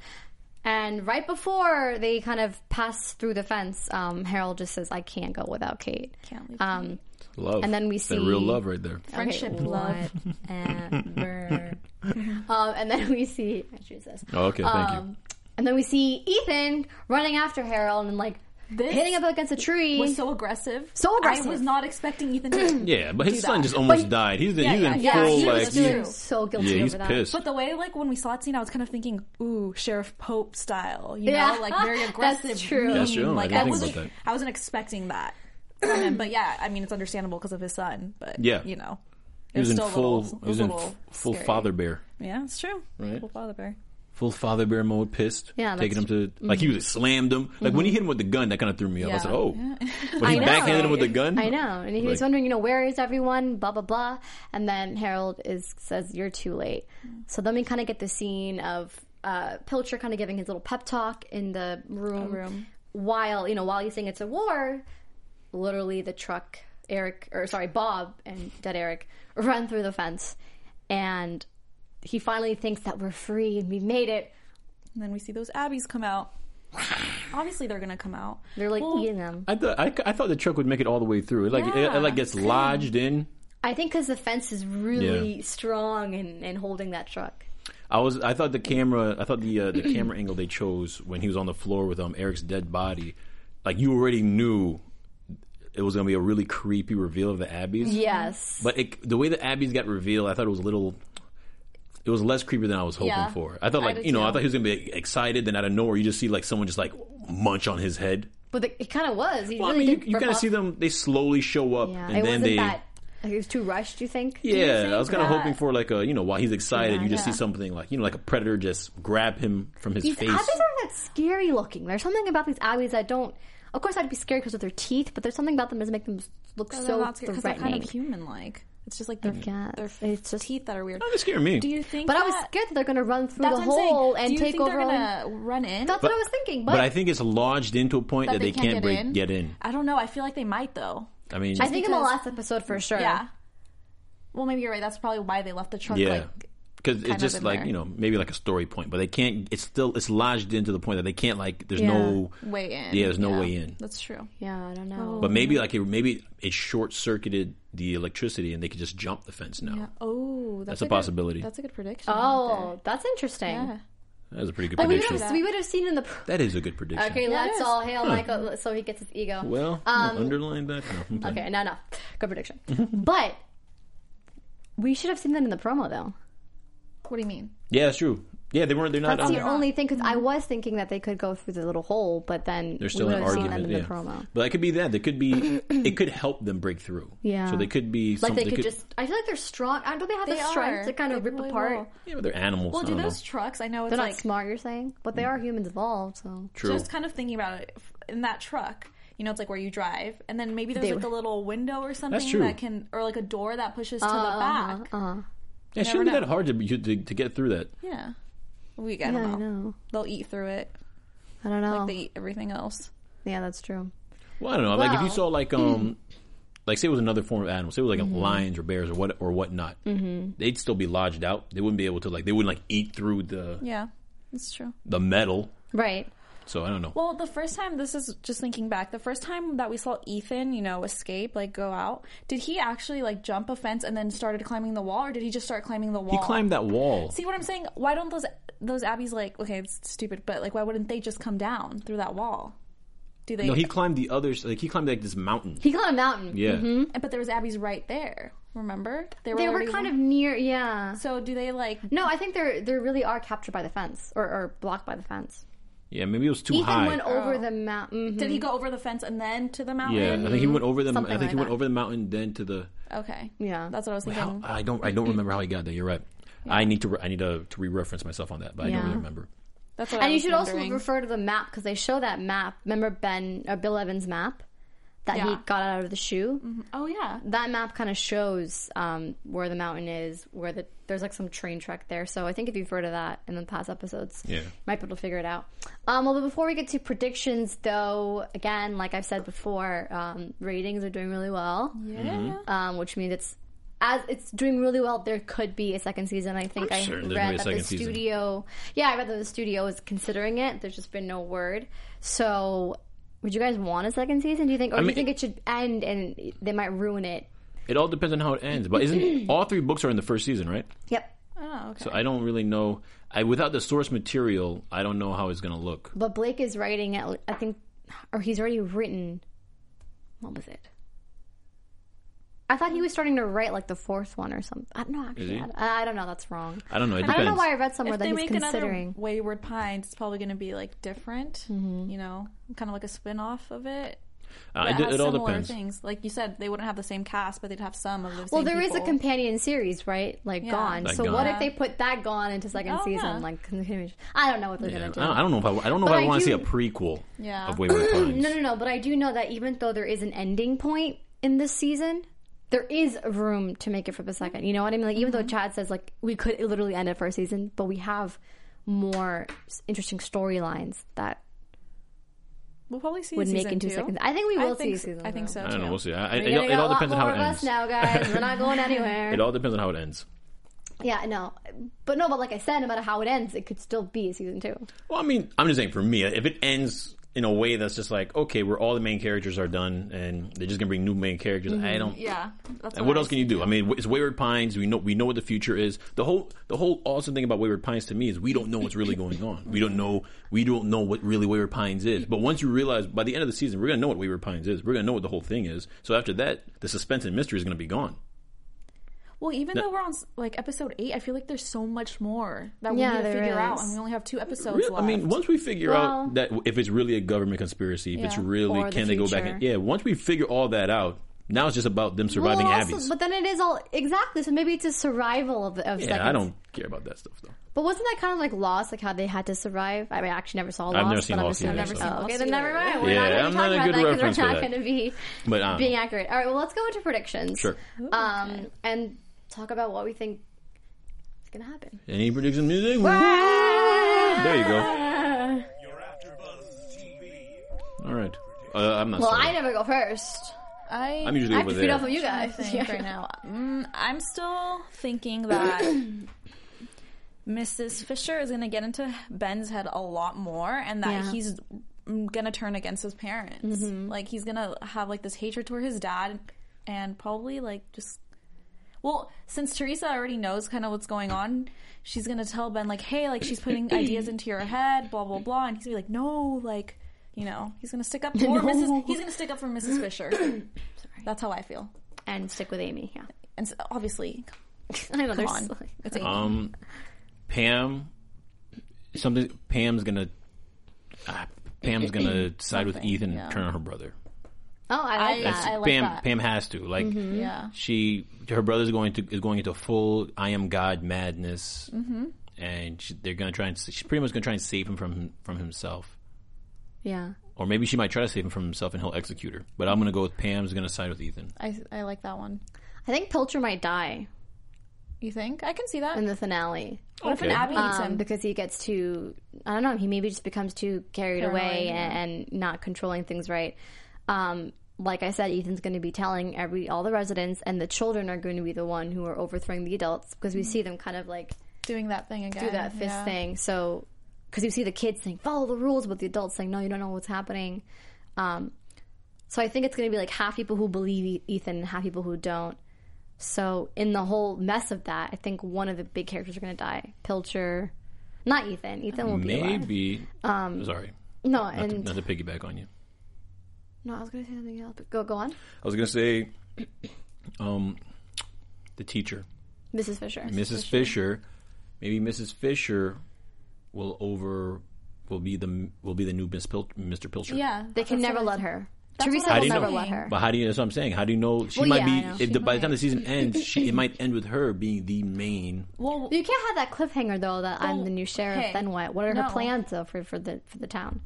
And right before they kind of pass through the fence, um, Harold just says, "I can't go without Kate." Can't leave Um, Love. And then we That see- real love right there. Friendship, okay, love. whatever. um, and then we see. I choose this. Oh, okay, thank you. Um, and then we see Ethan running after Harold and like This hitting up against a tree. was so aggressive. So aggressive. I was not expecting Ethan to. Yeah, but his do son that. just almost But- died. He's, he's yeah, in yeah, full he was like was feeling true. so guilty yeah, over he's that. pissed. But the way, like, when we saw that scene, I was kind of thinking, ooh, Sheriff Pope style, you Yeah. know, like very That's aggressive. true. That's true. I Like, didn't think wasn't, about I wasn't expecting that from him, but yeah, I mean, it's understandable because of his son, but Yeah. you know, he it was in still a full. little- he was a in little f- full scary. father bear. Yeah, it's true. Right. Full father bear. Full father bear mode, pissed. Yeah, that's- mm-hmm. taking him to like he was slammed him. Like when he hit him with the gun, that kind of threw me off. I Yeah. said, "Oh," I when he know. backhanded him with the gun. I know. And he was Like- wondering, you know, where is everyone? Blah blah blah. And then Harold is says, "You're too late." So then we kind of get the scene of uh, Pilcher kind of giving his little pep talk in the room, room. while you know while he's saying it's a war. Literally, the truck Eric or sorry Bob and dead Eric run through the fence, and he finally thinks that we're free and we made it. And then we see those Abbeys come out. Obviously, they're gonna come out. They're like Well, eating them. I thought I, I thought the truck would make it all the way through. It like it, it, Yeah. like gets lodged in. I think because the fence is really Yeah. strong and, and holding that truck. I was I thought the camera I thought the uh, the camera angle they chose when he was on the floor with um Eric's dead body, like you already knew it was gonna be a really creepy reveal of the Abbeys. Yes. But it, the way the Abbeys got revealed, I thought it was a little. It was less creepy than I was hoping Yeah. for. I thought, I like, did you know, I too. thought he was gonna be excited. Then out of nowhere, you just see like someone just like munch on his head. But the, it kind of was. He Well, really I mean, did you, you rip kind of off- see them. They slowly show up, Yeah, and it then wasn't they. that. Like, it was too rushed. Do you think? Yeah, I was kind of that- hoping for like a you know while he's excited, you just Yeah. see something like you know like a predator just grab him from his These face. abbeys aren't that scary looking. There's something about these abbeys that don't. Of course, I'd be scared because of their teeth, but there's something about them that make them look so because they're threatening. kind of human-like. It's just like their, guess. their It's just- teeth that are weird. Not to scare me. Do you think? but I that, was scared that they're going to run through That's the what I'm saying. hole and Do you take think over. They're all- gonna run in. That's what I was thinking. But, I think it's lodged into a point that, they, can't, break get in. I don't know. I feel like they might though. I mean, I think in the because- last episode for sure. Yeah. Well, maybe you're right. That's probably why they left the truck. yeah, Like, because kind it's of just in like there. you know maybe like a story point, but they can't. It's still it's lodged into the point that they can't like. There's Yeah. Mm-hmm. no way in. Yeah, there's no way in. That's true. Yeah, I don't know. But maybe like it, maybe it short circuited the electricity and they could just jump the fence now. Yeah. Oh, that's, That's a good- possibility. that's a good prediction. oh, that's interesting. Yeah. That was a pretty good But we prediction. would have we would have seen in the. That is a good prediction. Okay, Um, Yeah, it let's is. all hail Michael so he gets his ego. Well, underline that. No, I'm playing. Okay, no, no. Good prediction. but we should have seen that in the promo, though. What do you mean? Yeah, that's true. Yeah, they weren't. They're not. That's on the only thing, because I was thinking that they could go through the little hole, but then There's still we an would've argument. seen them in yeah. the promo. But it could be that. There could be. it could help them break through. Yeah. So they could be. Like, some- they could just. I feel like they're strong. I Don't they have the They strength are. to kind of They rip really apart? will. Yeah, but they're animals. Well, I do don't those know. trucks? I know it's They're like not smart, you're saying? But Mm. they are humans evolved, so. True. just kind of thinking about it f- in that truck. You know, it's like where you drive, and then maybe there's They like were- a little window or true. something that can, or like a door that pushes to Uh-huh, the back. yeah, it shouldn't be never that know. hard to, you- to to get through that. Yeah, we I Yeah, don't I know. know. Oh. They'll eat through it. I don't know. They eat everything else. yeah, that's true. Well, I don't know. Like if you Well- saw like um, like say it was another form of animal. Say it was like lions or bears or what or whatnot. Mm-hmm. They'd still be lodged out. They wouldn't be able to like. They wouldn't like eat through the Yeah, that's true. the metal. Right. So I don't know. Well, the first time this is just thinking back, the first time that we saw Ethan, you know, escape, like go out, did he actually like jump a fence and then started climbing the wall, or did he just start climbing the he wall? climbed that wall. See what I'm saying? Why don't those those abbeys like okay, it's stupid, but like why wouldn't they just come down through that wall? Do they? no, he climbed the others. Like he climbed like this mountain. He climbed a mountain. Yeah. but there was abbeys right there. Remember? They were already- kind of near, yeah. So do they like? No, I think they're they really are captured by the fence or, or blocked by the fence. Yeah. Maybe it was too Ethan high. went over the mm-hmm. mountain. Did he go over the fence and then to the yeah, mountain? I think he went over the. Something I think like he went that. over the mountain, then to the. Okay. Yeah. That's what I was thinking. How, I don't. I don't remember how he got there. You're right. I need to. Re- I need to, to re-reference myself on that, but I don't Yeah. really remember. That's what I And you was should wondering. also refer to the map because they show that map. Remember Ben or Bill Evans' map that he Yeah. got out of the shoe. Oh yeah. That map kind of shows um, where the mountain is, where the there's like some train track there. So I think if you've heard of that in the past episodes, Yeah. you might be able to figure it out. Um, well, but before we get to predictions, though, again, like I've said before, um, ratings are doing really well, Mm-hmm. Yeah. um, which means it's as it's doing really well, there could be a second season. I think I'm I certain there's gonna be read a that the second season. studio, yeah, I read that the studio is considering it. There's just been no word. So, would you guys want a second season? Do you think, or do you mean- think it should end and they might ruin it? It all depends on how it ends. But isn't all three books are in the first season, right? Yep. Oh, okay. So I don't really know. I without the source material, I don't know how it's gonna look. But Blake is writing at, I think, or he's already written. What was it? I thought he was starting to write like the fourth one or something. I don't know. Actually, he? I, I don't know. That's wrong. I don't know. It I depends. don't know why I read somewhere if that they he's make considering. another Wayward Pines, it's probably going to be like different, Mm-hmm. you know, kind of like a spin off of it. Uh, that it, has it all similar depends. things. Like you said, they wouldn't have the same cast, but they'd have some of the Well, same there is a people. companion series, right? Like Gone. Like so what Gone. if they put that Gone into second Oh, season? yeah. Like, continuation. I don't know what they're Yeah, I gonna do. don't, I don't know if I, I don't know But if I, I want to see do- a prequel Yeah. of Wayward Pines. No, no, no. But I do know that even though there is an ending point in this season, there is room to make it for the second. You know what I mean? Like even though Chad says like we could literally end it for a season, but we have more s- interesting storylines that We'll probably see would season make into two. a second. I think we will I see think, season. I think two. so. I don't know. too. We'll see. I, I- We're it, gonna all- it get all a depends lot on how more it of ends. us now, guys. We're not going anywhere. It all depends on how it ends. yeah, no, but no, but like I said, no matter how it ends, it could still be a season two. Well, I mean, I'm just saying for me, if it ends in a way that's just like okay, where all the main characters are done and they're just gonna bring new main characters, Mm-hmm. I don't. Yeah. That's And what else can you do? I mean, it's Wayward Pines. We know we know what the future is. The whole the whole awesome thing about Wayward Pines to me is we don't know what's really going on. We don't know we don't know what really Wayward Pines is. But once you realize by the end of the season, we're gonna know what Wayward Pines is. We're gonna know what the whole thing is. So after that, the suspense and mystery is gonna be gone. Well, even though we're on like episode eight, I feel like there's so much more that we Yeah, need to there figure out, is. and we only have two episodes Real- left. I mean, once we figure Well- out that if it's really a government conspiracy, if it's Yeah. really Or the can they go back and future. yeah, once we figure all that out, now it's just about them surviving well, also- Abby's. But then it is all exactly. So maybe it's a survival of, of yeah, seconds. I don't care about that stuff though. But wasn't that kind of like Lost, like how they had to survive? I mean, I actually never saw Lost. never seen but Lost I'm assuming- either, I've never so. seen Oh, okay, Lost then never either. mind. We're Yeah, not going I'm to not talk a about good that reference because for we're not that. going to be But um, being accurate. All right, well, let's go into predictions. sure. Um, and talk about what we think is going to happen. Any prediction music? There you go. Your AfterBuzz TV. All right. Uh, I'm not. Well, sorry. I never go first. I, I'm usually I have over to feed there. off of you I guys. think Yeah. right now. Mm, I'm still thinking that Mrs. Fisher is going to get into Ben's head a lot more, and that Yeah. Mm-hmm. he's going to turn against his parents. Like he's going to have like this hatred toward his dad, and probably like just. Well, since Teresa already knows kind of what's going on, she's gonna tell Ben like, "Hey, like she's putting ideas into your head, blah blah blah," and he's gonna be like, "No, like, you know, he's gonna stick up for Mrs. He's gonna stick up for Mrs. Fisher." That's how I feel And stick with Amy, yeah. and so, obviously, I know, come there's on, it's Amy. Um, Pam, something. Pam's gonna. ah, Pam's gonna side with Something, Ethan and yeah. turn on her brother. Oh, I like I- that. like Pam. that. Pam has to like. yeah. She her brother's going to is going into full I am God madness, and she, they're gonna try and she's pretty much gonna try and save him from from himself, Yeah. or maybe she might try to save him from himself and he'll execute her. But I'm gonna go with Pam's gonna side with Ethan. I I like that one. I think Pilcher might die You think I can see that? in the finale. what if an Okay. Abby eats um, him? because he gets too I don't know he maybe just becomes too carried away Paranoid, yeah. and, and not controlling things right. Um, like I said, Ethan's going to be telling every all the residents, and the children are going to be the one who are overthrowing the adults because Mm-hmm. we see them kind of like Doing that thing again. do that fist yeah. thing. So because you see the kids saying follow the rules, but the adults saying no, you don't know what's happening. Um, so I think it's going to be like half people who believe E- Ethan and half people who don't. So in the whole mess of that, I think one of the big characters are going to die. Pilcher, not Ethan. Ethan will be alive. Maybe. Um, sorry, No, not to, and not to piggyback on you. no, I was going to say something else. But go, go on, I was gonna say, um, the teacher, Mrs. Fisher. Mrs. Fisher. Maybe Mrs. Fisher will over will be the will be the new Miss Pil- Mr. Pilcher. Yeah, They can that's never what I- let her. what Teresa I will was never thinking. let her. But how do you? That's what I'm saying. How do you know she Well, might yeah, I know. be? If She the, by the might. time the season ends, she it might end with her being the main. Well, You can't have that cliffhanger though. That I'm Well, the new sheriff. hey, then what? What are her no. plans though for, for the for the town?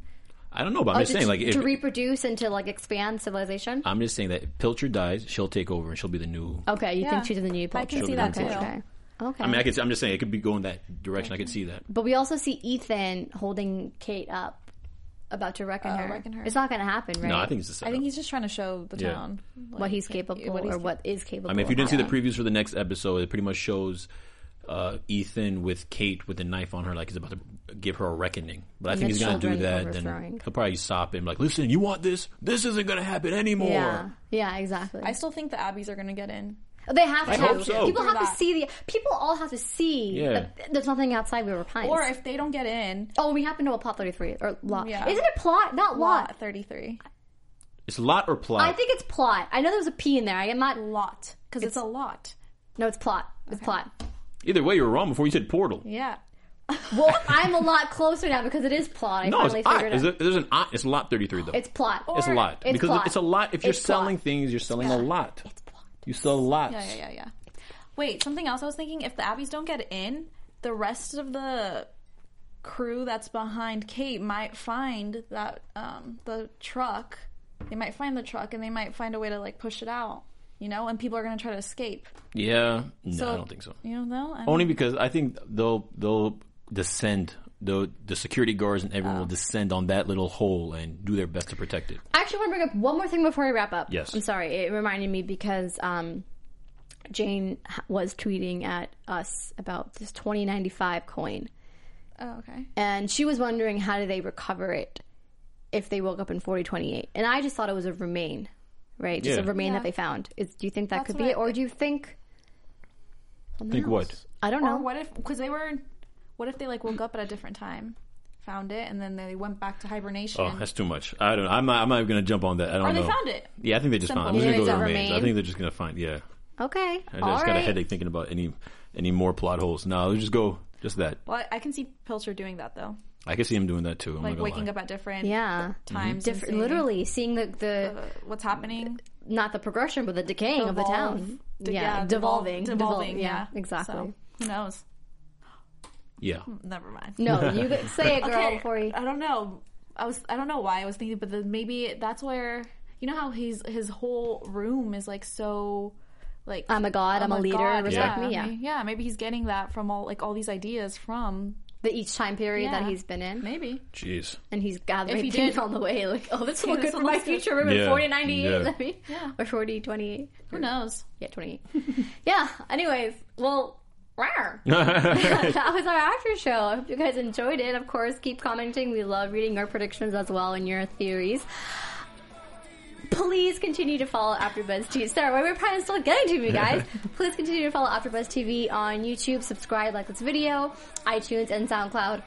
I don't know, but I'm Oh, just to- saying. Like, to, if, reproduce and to like expand civilization. I'm just saying that if Pilcher dies, she'll take over and she'll be the new. Okay, you Yeah. think she's in the new I Pilcher. can see that too. Okay. Okay. Okay. I mean, I could. I'm just saying it could be going that direction. I could see that. but we also see Ethan holding Kate up about to reckon, Uh, her. reckon her. It's not going to happen, right? Oh, No, I think it's the same. I think he's just trying to show the Yeah. town what he's capable what he's or what is capable. I mean, if you didn't see the previous. previews for the next episode, it pretty much shows uh, Ethan with Kate with a knife on her, like he's about to give her a reckoning. But I And think the he's gonna do children that. Then overthrowing. he'll probably stop him, like, "Listen, you want this? This isn't gonna happen anymore." Yeah, yeah, exactly. Oh, I still think the Abbeys are gonna get in. they have to. I hope so. People have to Back. see the. People all have to see Yeah. that there's nothing outside River Pines. Or if they don't get in, oh, we happen to a plot thirty three or lot. Yeah. Isn't it plot? Not lot. lot 33. It's lot or plot. I think it's plot. I know there's a P in there. I am not. Lot. Because it's, a lot. No, it's plot. It's plot. Either way, you were wrong before you said portal. Yeah. Well, I'm a lot closer now because it is plot. I No, it's finally I. figured Is it. it- There's an I. It's lot thirty three though. It's plot. It's a lot It's because plot. it's a lot. If you're It's selling plot. things, you're selling a lot. It's plot. You sell lots. Yeah, yeah, yeah, yeah. Wait, something else I was thinking if the Abbeys don't get in, the rest of the crew that's behind Kate might find that um the truck. They might find the truck and they might find a way to like push it out, you know, and people are going to try to escape. Yeah, no, So- I don't think so. You know, though? I Only because I think they'll they'll descend. The the security guards and everyone will descend on that little hole and do their best to protect it. I actually want to bring up one more thing before we wrap up. Yes. I'm sorry. It reminded me because um, Jane h- was tweeting at us about this 2095 coin. Oh, okay. And she was wondering how do they recover it if they woke up in 4028. And I just thought it was a remain, right? Just a Yeah. remain Yeah. that they found. Is, do you think that That's could be what it? Or I- do you think. something Think else? what? I don't Or know. what if because they were what if they like woke up at a different time, found it, and then they went back to hibernation. Oh, that's too much. I don't. I'm not. I'm not even gonna jump on that. I don't or they know. found it. Yeah, I think they just found. Simple. it. I'm just Yeah, gonna go it's a remains. I remain. think they're just gonna find. Yeah, Okay. I just All got a right. headache thinking about any any more plot holes. No, let's just go. Just that. Well, I can see Pilcher doing that though, I can see him doing that too. I'm like not gonna waking lie. up at different Yeah. times, and Different, seeing, literally seeing the, the uh, what's happening. not the progression, but the decaying of the Devolve. town. De- yeah, yeah, devolve- devolving, devolving, yeah. exactly. So, who knows? Yeah. Never mind. No, you could say it, girl, Okay, Uh, before you. I don't know. I was I don't know why I was thinking, but then maybe that's where you know how he's his whole room is like so like I'm a god. I'm, a leader. oh god, Respect me. I Yeah, mean, yeah. Maybe he's getting that from all like all these ideas from the each time period that Yeah. he's been in, maybe. Jeez. and he's gathering If he people did- on the way. Like, oh, this will Yeah, look good this for will my look good. future women. Yeah, Forty ninety eight, yeah. let me, Yeah. or forty twenty eight. Who knows? Yeah, twenty eight. yeah. Anyways, well. rawr. that was our after show. I hope you guys enjoyed it. Of course, keep commenting. We love reading your predictions as well and your theories. please continue to follow AfterBuzz TV. Sorry, we're probably still getting to me, guys. please continue to follow AfterBuzz TV on YouTube. Subscribe, like this video, iTunes, and SoundCloud.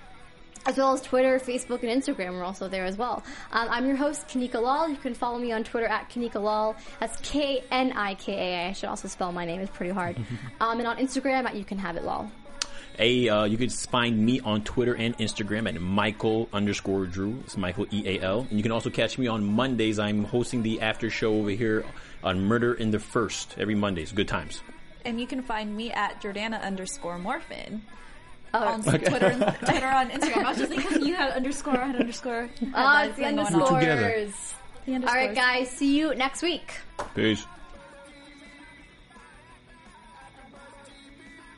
As well as Twitter, Facebook, and Instagram are also there as well. Um, I'm your host, Kanika Lal. You can follow me on Twitter at Kanika Lal. That's K-N-I-K-A. I should also spell my name. It's pretty hard. um, and on Instagram at You Can Have It Lal. Hey, uh, you can find me on Twitter and Instagram at Michael underscore Drew. It's Michael E A L. And you can also catch me on Mondays. I'm hosting the after show over here on Murder in the First every Mondays. Good times. And you can find me at Jordana underscore Morphin. Oh, on Twitter, and- Twitter on Instagram. I was just thinking you had underscore, I had underscore. Oh, it's the together. underscores. All right, guys. See you next week. Peace.